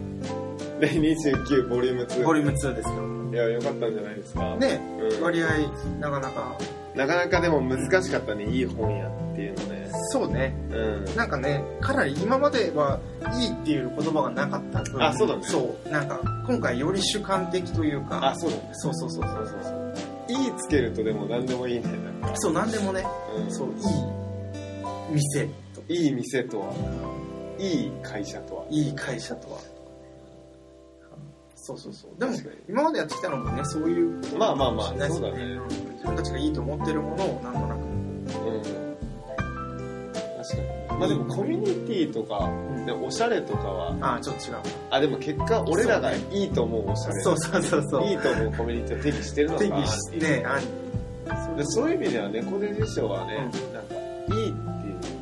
第29ボリューム2ボリューム2ですけどもいや良かったんじゃないですかねうん割合なかなかなかなかでも難しかったねいい本やっていうのねそうねうんなんかねかなり今まではいいっていう言葉がなかった分あそうだねそうなんか今回より主観的というかそうだねそうそうそうそうそうそういいつけるとでも何でもいいねなんかそうなんでもね、うんそういい店とかいい店とはいい会社とはいい会社とはそうそうそうでも確かに今までやってきたのもねそういうことまあまあまあかもしれないですよそうだねうん自分たちがいいと思ってるものをなんとなく、うん確かにまあでもコミュニティとかねおしゃれとかはああちょっと違うあでも結果俺らがいいと思うおしゃれそうそうそうそういいと思うコミュニティを定義してるのか定義してありでそういう意味では猫で辞書はね、うなんかいいっていう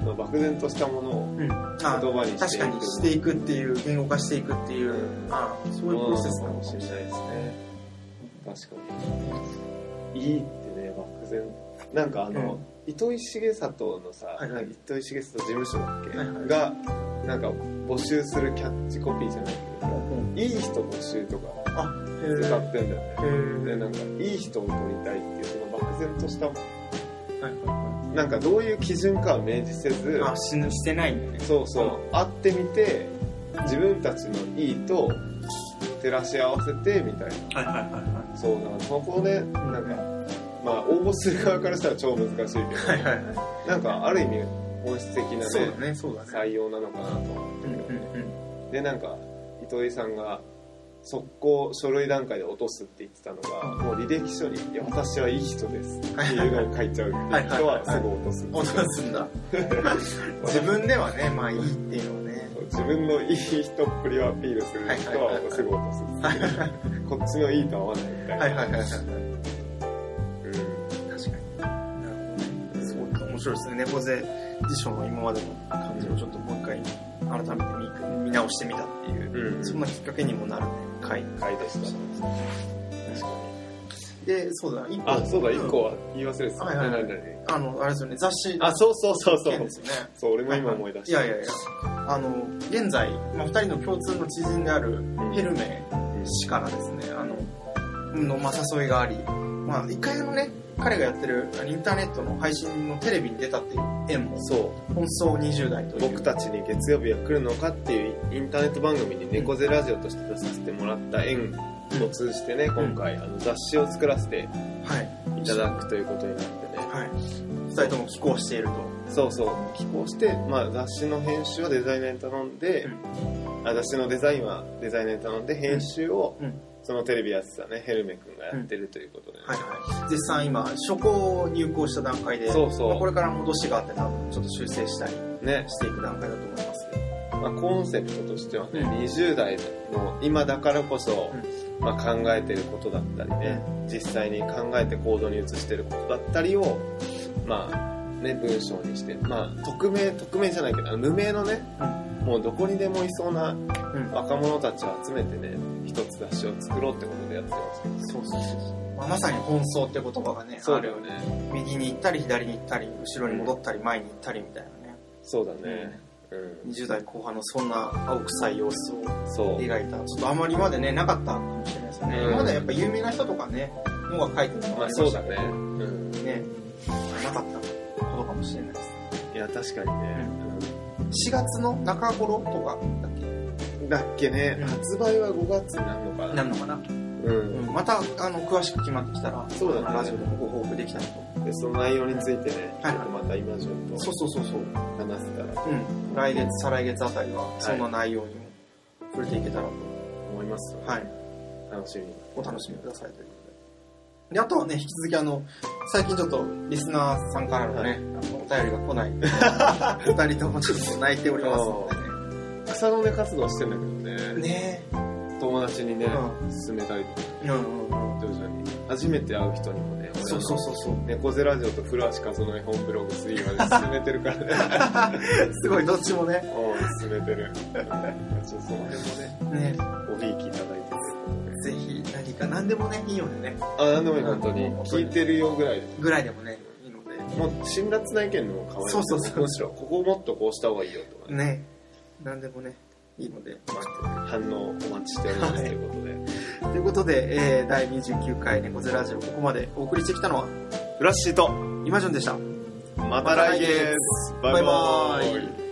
その漠然としたものをうんあ言葉にして確いくかにしていくっていう言語化していくっていう、ああそういうプロセスなのかもしれないないですね確かにいいってね漠然なんかあの、うん糸井重里のさ、はいはいなんか糸井重里事務所だっけ、はいはいがなんか募集するキャッチコピーじゃないけどうんいい人募集とかへ使ってんだよね、えでなんかいい人を取りたいっていうその漠然としたはいはなんかどういう基準かは明示せずいはいあ死ぬしてないんだねそうそう会ってみて自分たちのいいと照らし合わせてみたいはいはいはいはいなそうだからそこでなんうんかまあ応募する側からしたら超難しいけどはいはいは。なんかある意味本質的ないねそうだね、そうだね。採用なのかなと思ってうんるうけんど、うん。でなんか糸井さんが速攻書類段階で落とすって言ってたのが、もう履歴書に「いや私はいい人です」っていうのを書いちゃうっていう人はすぐ落とす落とすんだ。自分ではね、まあいいっていうのはね。自分のいい人っぷりをアピールする人はすぐ落とすはいはいはいこっちのいいと合わないみたいな。はいはいはい。うん確かに。なるほどね。すごい面白いですね。猫背辞書の今までの感じをちょっともう一回改めて見見直してみたっていう、うんそんなきっかけにもなるね。回。回でしたね。確かで、そうだ、一個。に。あ、そうだ、一個ん。は言い忘れてた。はいはいはい何々あの、あれですよね、雑誌。あ、そうそうそうそ件うで。すよね。そう、俺も今思い出しいた。やいやいや。あの、現在、まあ、二人の共通の知人であるヘルメ氏からですね、あの、の、まあ、誘いがあり、まあ、一回あのね、彼がやってるあのインターネットの配信のテレビに出たっていう縁も、そう、本草20代という。僕たちに月曜日は来るのかっていうインターネット番組に猫背ラジオとして出させてもらった縁を通じてね、今回、あの雑誌を作らせてはいいただくということになってね。はい2人とも寄稿しているとそうそう。寄稿して、まあ雑誌の編集はデザイナーに頼んで、あ雑誌のデザインはデザイナーに頼んで、編集を、うんそのテレビやってたね、ヘルメ君がやってるということで、ねはいはい絶賛今初稿入稿した段階でそうそうまあこれから戻しがあって多分ちょっと修正したりね、していく段階だと思いますけどまあ、コンセプトとしてはね、うん20代の今だからこそ、まあ、考えてることだったりね、実際に考えて行動に移してることだったりを、まあね、文章にして、まあ、匿名匿名じゃないけどあの無名のね、もうどこにでもいそうなうん若者たちを集めてね一つ雑誌を作ろうってことでやってますけどそうそうそうそう、まあ、まさに奔走って言葉がねそうだよねある右に行ったり左に行ったり後ろに戻ったり前に行ったりみたいなねそうだねうん20代後半のそんな青臭い様子をそう描いたちょっとあまり今までねなかったかもしれないですよね、うん今までやっぱ有名な人とかねのが書いてるのまがありそうしただけねどうんねなかったことかもしれないですいや確かにね、うん4月の中頃とかだっけだっけね、うん発売は5月になるのかななんのかな、う、うんんまたあの詳しく決まってきたらそうだねあのラジオでもご報告できたらとでその内容についてね、はいちょっとまた今順とそうそうそうそう話せたらとうん来月再来月あたりはそんな内容にも触れていけたらと、思いますので、はい楽しみにお楽しみくださいということで。で、あとはね、引き続きあの、最近ちょっとリスナーさんからのね、はあいのお便りが来ない。 二人ともちょっと泣いておりますの草の根活動してんだけでどねね。ね友達にね、う勧めたりとかえ。うんうんうん。徐々に初めて会う人にもね俺らのそうそうそうそう。猫背ラジオと古橋和の絵本ブログ3まで進めてるからね。すごい、どっちもね。うん、進めて る。ちょっとその辺もね、ねごひいきいただいてる。ぜひ、何か何でもね、いいよね。あ、なんでもいい、本当に。聞いてるよぐらいで。ぐらいでもね、いいので。もう辛辣な意見の方が可愛い。そうそうそうむしろ、ここもっとこうした方がいいよとかね。ね何でもね、いいので。反応お待ちしておりますということで。ということで、えー、第29回猫背ラジオ、ここまでお送りしてきたのは、フラッシーと、イマジョンでした。また来月バイバーイイ